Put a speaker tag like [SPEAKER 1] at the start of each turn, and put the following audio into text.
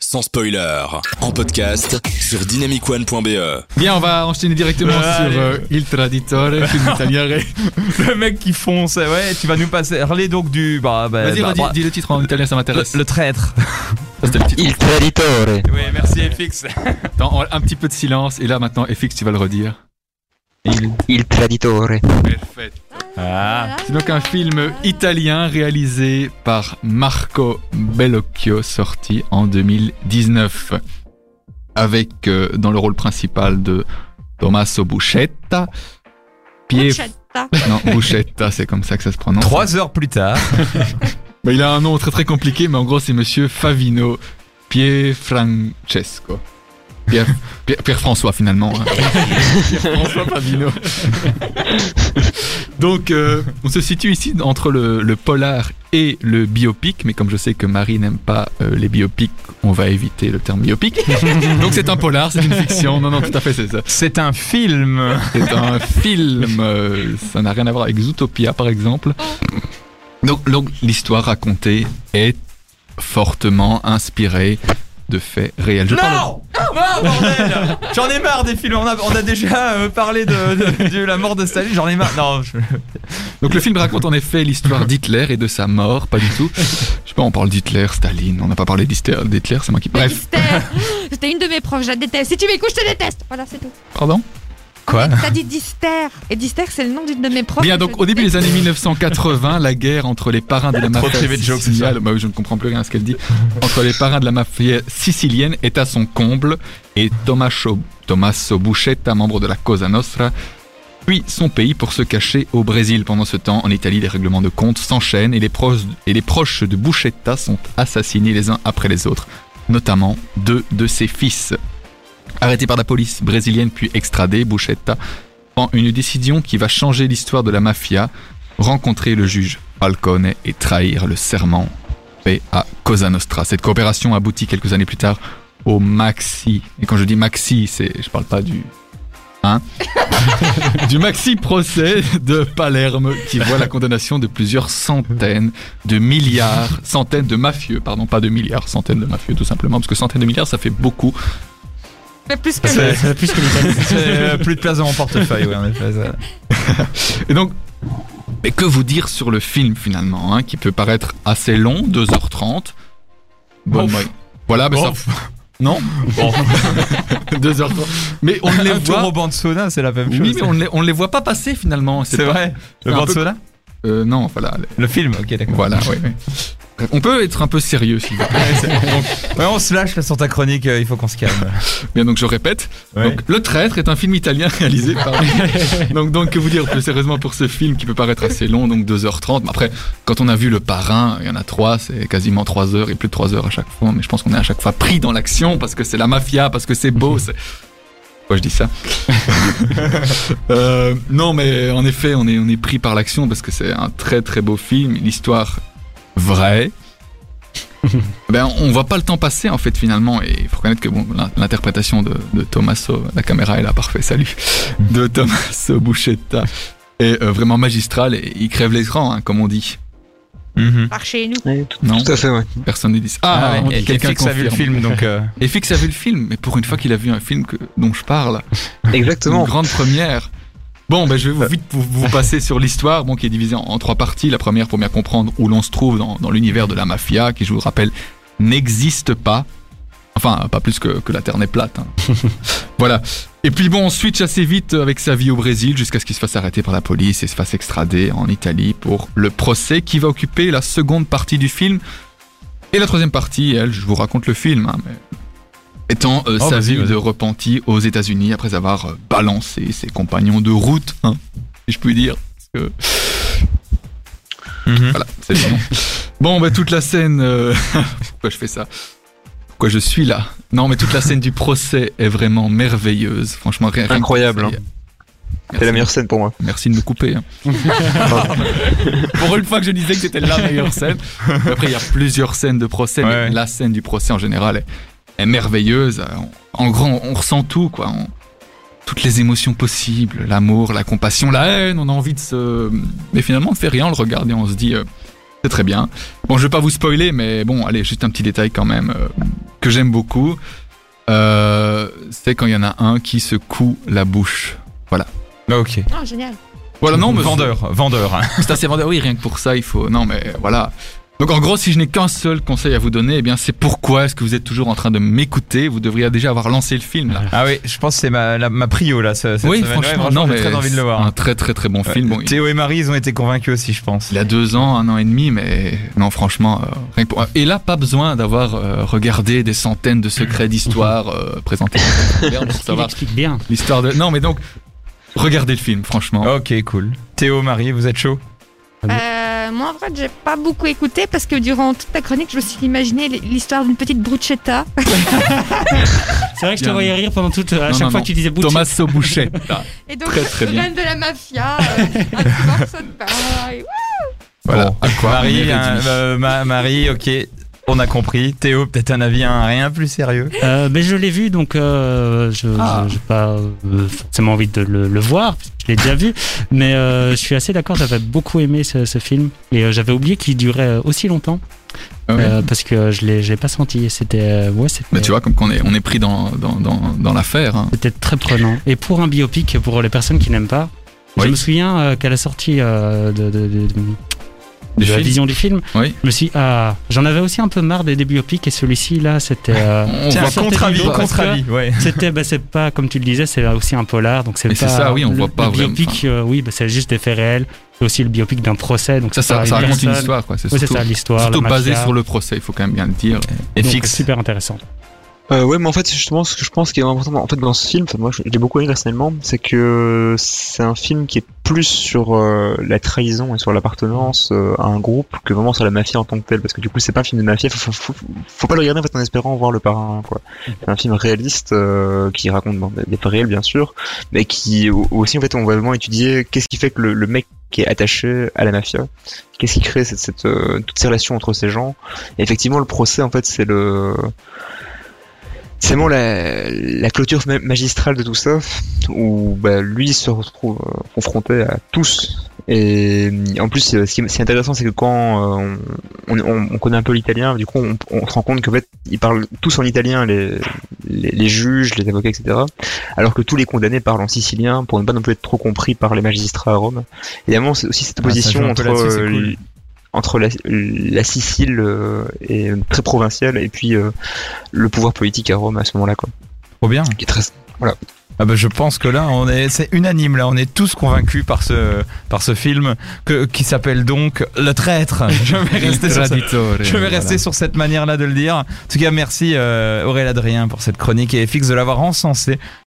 [SPEAKER 1] sans spoiler, en podcast sur dynamicone.be.
[SPEAKER 2] Bien, on va enchaîner directement
[SPEAKER 3] Ouais, allez. Euh,
[SPEAKER 2] sur euh, Il Traditore, film italien.
[SPEAKER 3] Le mec qui fonce, ouais, tu vas nous passer. Parler donc du. Bah, bah,
[SPEAKER 2] Vas-y,
[SPEAKER 3] bah,
[SPEAKER 2] redis-
[SPEAKER 3] bah,
[SPEAKER 2] dis le titre en italien, ça
[SPEAKER 3] le,
[SPEAKER 2] m'intéresse.
[SPEAKER 3] le traître.
[SPEAKER 2] Ça, c'était le titre.
[SPEAKER 4] Il traditore.
[SPEAKER 3] Oui, merci FX.
[SPEAKER 2] Attends, on- un petit peu de silence, et là maintenant, FX, tu vas le redire.
[SPEAKER 4] Il, il traditore.
[SPEAKER 2] Parfait.
[SPEAKER 3] Ah.
[SPEAKER 2] C'est donc un film italien réalisé par Marco Bellocchio, sorti en 2019, avec euh, dans le rôle principal de Tommaso Buscetta.
[SPEAKER 5] Oh,
[SPEAKER 2] Pier...
[SPEAKER 5] Concetta.
[SPEAKER 2] Non, Buscetta, c'est comme ça que ça se prononce.
[SPEAKER 3] Trois heures plus tard.
[SPEAKER 2] Bah, il a un nom très très compliqué, mais en gros, c'est monsieur Favino Pierfrancesco. Pierre, Pierre, François finalement. hein. Pierre-François Favino. Donc, euh, on se situe ici entre le, le polar et le biopic, mais comme je sais que Marie n'aime pas euh, les biopics, on va éviter le terme biopic. Donc, c'est un polar, c'est une fiction. Non, non, tout à fait, c'est ça.
[SPEAKER 3] C'est un film.
[SPEAKER 2] C'est un film. euh, ça n'a rien à voir avec Zootopia, par exemple. Donc, donc, l'histoire racontée est fortement inspirée de faits réels. Je parle-
[SPEAKER 3] Non Non, bordel J'en ai marre des films. On a, on a déjà euh, parlé de, de- de la mort de Staline. J'en ai marre. Non, je-
[SPEAKER 2] Donc, le film raconte en effet l'histoire d'Hitler et de sa mort, pas du tout. Je sais pas, on parle d'Hitler, Staline, on n'a pas parlé d'Hitler, d'Hitler, c'est moi qui. Bref,
[SPEAKER 5] Mystère. C'était une de mes proches, je la déteste. Si tu m'écoutes, je te déteste. Voilà, c'est tout.
[SPEAKER 2] pardon.
[SPEAKER 3] Quoi
[SPEAKER 5] T'as dit Dister. Et Dister, c'est le nom d'une de mes proches.
[SPEAKER 2] Bien, donc au début des années 1980, la guerre entre les parrains de la mafia
[SPEAKER 3] privé de jokes, c'est
[SPEAKER 2] sicilienne, bah oui, je ne comprends plus rien à ce qu'elle dit, entre les parrains de la mafia sicilienne est à son comble et Tommaso, Tommaso Buscetta, membre de la Cosa Nostra, fuit son pays pour se cacher au Brésil. Pendant ce temps, en Italie, les règlements de compte s'enchaînent et les proches, et les proches de Buscetta sont assassinés les uns après les autres, notamment deux de ses fils. Arrêté par la police brésilienne puis extradé, Buscetta prend une décision qui va changer l'histoire de la mafia, rencontrer le juge Falcone et trahir le serment fait à Cosa Nostra. Cette coopération aboutit quelques années plus tard au Maxi. Et quand je dis Maxi, c'est, je parle pas du, hein, du Maxi procès de Palerme qui voit la condamnation de plusieurs centaines de milliards, centaines de mafieux, pardon, pas de milliards, centaines de mafieux tout simplement, parce que centaines de milliards ça fait beaucoup.
[SPEAKER 5] Mais plus que
[SPEAKER 3] C'est-
[SPEAKER 5] le-
[SPEAKER 3] c'est plus que l'Italie. C'est, euh, plus de place dans mon portefeuille, oui, en effet. ça.
[SPEAKER 2] Et donc, mais que vous dire sur le film finalement, hein, qui peut paraître assez long, 2h30. Bon,
[SPEAKER 3] Ouf.
[SPEAKER 2] moi- voilà, mais ça.
[SPEAKER 3] Ouf.
[SPEAKER 2] Non 2h30. Mais on ne les
[SPEAKER 3] Un tour au
[SPEAKER 2] voit.
[SPEAKER 3] banc Ah, de sauna, c'est la même chose.
[SPEAKER 2] Oui, mais on ne les, on ne les voit pas passer finalement.
[SPEAKER 3] C'est
[SPEAKER 2] pas-
[SPEAKER 3] vrai. Le
[SPEAKER 2] C'est un
[SPEAKER 3] banc de
[SPEAKER 2] peu-
[SPEAKER 3] sauna
[SPEAKER 2] Euh, non, voilà. les-
[SPEAKER 3] Le film, ok, d'accord.
[SPEAKER 2] Voilà, ouais, ouais. On peut être un peu sérieux, s'il vous plaît.
[SPEAKER 3] Ouais, c'est- donc- ouais, on se lâche là, sur ta chronique, euh, il faut qu'on se calme.
[SPEAKER 2] Bien, donc je répète.
[SPEAKER 3] Ouais.
[SPEAKER 2] Donc, le Traître est un film italien réalisé par. donc, donc, que vous dire plus sérieusement pour ce film qui peut paraître assez long, donc 2h30. Mais après, quand on a vu Le Parrain, il y en a trois, c'est quasiment 3 heures et plus de 3 heures à chaque fois. Mais je pense qu'on est à chaque fois pris dans l'action parce que c'est la mafia, parce que c'est beau. c'est- Pourquoi je dis ça Euh, Non, mais en effet, on est, on est pris par l'action parce que c'est un très très beau film. L'histoire vraie. Ben, on voit pas le temps passer en fait finalement et il faut reconnaître que bon, l'in- l'interprétation de, de Tommaso, la caméra est là, parfait, salut, de Tommaso Buscetta est euh, vraiment magistrale et il crève l'écran hein, comme on dit.
[SPEAKER 3] Mhm.
[SPEAKER 5] par chez nous.
[SPEAKER 2] Non,
[SPEAKER 4] Tout à fait, ouais.
[SPEAKER 2] personne ne dit ça.
[SPEAKER 3] Ah,
[SPEAKER 2] Ah,
[SPEAKER 3] ouais,
[SPEAKER 2] ouais,
[SPEAKER 3] et
[SPEAKER 2] quelqu'un
[SPEAKER 3] FX a vu le
[SPEAKER 2] confirme.
[SPEAKER 3] film, donc. euh,
[SPEAKER 2] Et Fix a vu le film, mais pour une fois qu'il a vu un film que, dont je parle,
[SPEAKER 4] Exactement.
[SPEAKER 2] Une grande première. Bon, ben, je vais vous, vite vous, vous passer sur l'histoire, bon, qui est divisée en, en trois parties. La première pour bien comprendre où l'on se trouve dans, dans l'univers de la mafia, qui, je vous le rappelle, n'existe pas. Enfin, pas plus que, que la Terre n'est plate. hein. voilà. Et puis bon, on switch assez vite avec sa vie au Brésil jusqu'à ce qu'il se fasse arrêter par la police et se fasse extrader en Italie pour le procès qui va occuper la seconde partie du film. Et la troisième partie, elle, je vous raconte le film, hein, mais étant euh,
[SPEAKER 3] Oh,
[SPEAKER 2] sa
[SPEAKER 3] vas-y,
[SPEAKER 2] vie
[SPEAKER 3] vas-y.
[SPEAKER 2] de repenti aux États-Unis après avoir euh, balancé ses compagnons de route, hein, si je puis dire. Parce que,
[SPEAKER 3] Mhm.
[SPEAKER 2] voilà, c'est vraiment- Bon, bah, toute la scène. euh, Pourquoi je fais ça Pourquoi je suis là Non, mais toute la scène du procès est vraiment merveilleuse. Franchement, rien. rien que
[SPEAKER 4] Incroyable,
[SPEAKER 2] ça,
[SPEAKER 4] hein.
[SPEAKER 2] y a-
[SPEAKER 4] C'est la
[SPEAKER 2] Merci,
[SPEAKER 4] meilleure scène pour moi.
[SPEAKER 2] merci de me couper. hein. Pour une fois que je disais que c'était la meilleure scène. Mais Après, il y a plusieurs scènes de procès, mais
[SPEAKER 3] Ouais.
[SPEAKER 2] la scène du procès en général est, est merveilleuse. Euh, on- En grand, on ressent tout, quoi. On- toutes les émotions possibles, l'amour, la compassion, la haine, on a envie de se... Mais finalement, on ne fait rien, on le regarde et on se dit... euh, C'est très bien. Bon, je vais pas vous spoiler, mais bon, allez, juste un petit détail quand même euh, que j'aime beaucoup. Euh, c'est quand il y en a un qui secoue la bouche.
[SPEAKER 3] Ok.
[SPEAKER 5] Oh, génial.
[SPEAKER 2] Voilà, non, mais
[SPEAKER 3] vendeur, vendeur.
[SPEAKER 2] C'est assez Ah, vendeur. hein. Oui, rien que pour ça, il faut. Non, mais voilà. Donc en gros, si je n'ai qu'un seul conseil à vous donner, eh bien c'est pourquoi est-ce que vous êtes toujours en train de m'écouter Vous devriez déjà avoir lancé le film là.
[SPEAKER 3] Ah oui, je pense que c'est ma, la- ma prio là. ce- cette
[SPEAKER 2] oui,
[SPEAKER 3] semaine. Ouais,
[SPEAKER 2] franchement, non,
[SPEAKER 3] j'ai
[SPEAKER 2] mais
[SPEAKER 3] très envie de le voir.
[SPEAKER 2] un très très très bon
[SPEAKER 3] Euh,
[SPEAKER 2] film. Bon, il-
[SPEAKER 3] Théo et Marie, ils ont été convaincus aussi, je pense.
[SPEAKER 2] Il a deux ans, un an et demi, mais non, franchement, euh, rien que pour- Et là, pas besoin d'avoir euh, regardé des centaines de secrets d'histoire euh, présentés par Spielberg pour
[SPEAKER 6] Il
[SPEAKER 2] savoir
[SPEAKER 6] explique bien.
[SPEAKER 2] l'histoire de. Non, mais donc, regardez le film, franchement.
[SPEAKER 3] Ok, cool. Théo, Marie, vous êtes chaud
[SPEAKER 2] Ah
[SPEAKER 5] Euh, moi, en vrai, j'ai pas beaucoup écouté parce que durant toute ta chronique, je me suis imaginé l- l'histoire d'une petite bruschetta.
[SPEAKER 6] C'est vrai que je te
[SPEAKER 2] Bien.
[SPEAKER 6] voyais rire pendant toute. À
[SPEAKER 2] Non,
[SPEAKER 6] chaque
[SPEAKER 2] non,
[SPEAKER 6] fois
[SPEAKER 2] non.
[SPEAKER 6] que tu disais Boucher.
[SPEAKER 2] Thomas Sobouchet. Ah,
[SPEAKER 5] Et donc,
[SPEAKER 2] Très, très bien.
[SPEAKER 5] domaine de la mafia, euh, un petit morceau de pain. et-
[SPEAKER 2] voilà.
[SPEAKER 3] Bon.
[SPEAKER 2] À quoi on est
[SPEAKER 3] Marie, un-
[SPEAKER 2] réduit.
[SPEAKER 3] euh, ma- Marie, ok, on a compris. Théo, peut-être un avis, un rien plus sérieux
[SPEAKER 6] Euh, mais je l'ai vu, donc euh, je
[SPEAKER 2] Ah.
[SPEAKER 6] n'ai pas euh, forcément envie de le, le voir, parce que je l'ai déjà vu. Mais euh, je suis assez d'accord, j'avais beaucoup aimé ce, ce film. Et euh, j'avais oublié qu'il durait euh, aussi longtemps,
[SPEAKER 2] Ah ouais.
[SPEAKER 6] euh, parce que je ne l'ai je l'ai pas senti. Et C'était euh, ouais, c'était-
[SPEAKER 2] Mais tu vois, comme qu'on est, on est pris dans, dans, dans, dans l'affaire. hein.
[SPEAKER 6] c'était très prenant. Et pour un biopic, pour les personnes qui n'aiment pas,
[SPEAKER 2] Oui.
[SPEAKER 6] je me souviens euh, qu'à la sortie euh, de, de- de- de-
[SPEAKER 2] Du
[SPEAKER 6] de la
[SPEAKER 2] film.
[SPEAKER 6] vision du film,
[SPEAKER 2] Oui.
[SPEAKER 6] je me suis dit, ah, j'en avais aussi un peu marre des, des biopics, et celui-ci, là, c'était... euh,
[SPEAKER 2] On
[SPEAKER 3] Tiens,
[SPEAKER 2] voit
[SPEAKER 6] sortait
[SPEAKER 3] contre-avis,
[SPEAKER 6] du lot parce que-
[SPEAKER 3] contre-avis, ouais.
[SPEAKER 6] C'était, bah, c'est pas comme tu le disais, c'est aussi un polar, donc c'est
[SPEAKER 2] Mais
[SPEAKER 6] pas.
[SPEAKER 2] c'est ça, oui, on
[SPEAKER 6] le-
[SPEAKER 2] voit pas
[SPEAKER 6] le
[SPEAKER 2] vraiment,
[SPEAKER 6] biopic,
[SPEAKER 2] enfin.
[SPEAKER 6] euh, oui, bah, c'est juste des faits réels. C'est aussi le biopic d'un procès, donc
[SPEAKER 2] Ça,
[SPEAKER 6] c'est pas
[SPEAKER 2] ça, ça raconte une
[SPEAKER 6] personne.
[SPEAKER 2] histoire, quoi. C'est
[SPEAKER 6] Oui, c'est
[SPEAKER 2] surtout,
[SPEAKER 6] ça, l'histoire.
[SPEAKER 2] surtout
[SPEAKER 6] la
[SPEAKER 2] basé
[SPEAKER 6] mafia.
[SPEAKER 2] sur le procès, il faut quand même bien le dire.
[SPEAKER 3] Et
[SPEAKER 6] Donc,
[SPEAKER 3] fixe.
[SPEAKER 6] Super intéressant.
[SPEAKER 4] Euh, ouais, mais en fait, justement, ce que je pense qui est important en fait, dans ce film, enfin, moi je je l'ai beaucoup aimé personnellement, c'est que c'est un film qui est plus sur euh, la trahison et sur l'appartenance euh, à un groupe que vraiment sur la mafia en tant que telle. Parce que du coup, c'est pas un film de mafia, faut, faut, faut- faut pas le regarder en, fait, en espérant voir le parrain. Quoi. C'est un film réaliste euh, qui raconte bon, des faits réels, bien sûr, mais qui au- aussi, en fait, on va vraiment étudier qu'est-ce qui fait que le, le mec qui est attaché à la mafia, qu'est-ce qui crée cette, cette, euh, toutes ces relations entre ces gens. Et effectivement, le procès, en fait, c'est le. C'est bon la, la clôture ma- magistrale de tout ça, où bah, lui se retrouve euh, confronté à tous. Et euh, en plus, euh, ce qui est ce qui est intéressant, c'est que quand euh, on, on- on connaît un peu l'italien, du coup, on, on se rend compte qu'en fait, ils parlent tous en italien, les, les, les juges, les avocats, etc. Alors que tous les condamnés parlent en sicilien pour ne pas non plus être trop compris par les magistrats à Rome. Évidemment, c'est aussi cette
[SPEAKER 3] Ah, ça joue
[SPEAKER 4] opposition
[SPEAKER 3] un peu
[SPEAKER 4] entre,
[SPEAKER 3] là-dessus, c'est
[SPEAKER 4] euh,
[SPEAKER 3] cool.
[SPEAKER 4] entre la, la Sicile euh, et très provinciale et puis euh, le pouvoir politique à Rome à ce moment-là, quoi.
[SPEAKER 3] Trop bien.
[SPEAKER 4] Qui est très-
[SPEAKER 3] Ah bah je pense que là on est c'est unanime là on est tous convaincus par ce par ce film que, qui s'appelle donc Le Traître. Je vais rester sur ça.
[SPEAKER 2] Traditore,
[SPEAKER 3] Je vais
[SPEAKER 2] voilà.
[SPEAKER 3] rester sur cette manière là de le dire. En tout cas merci euh, Aurélien Adrien pour cette chronique et Fix de l'avoir encensé.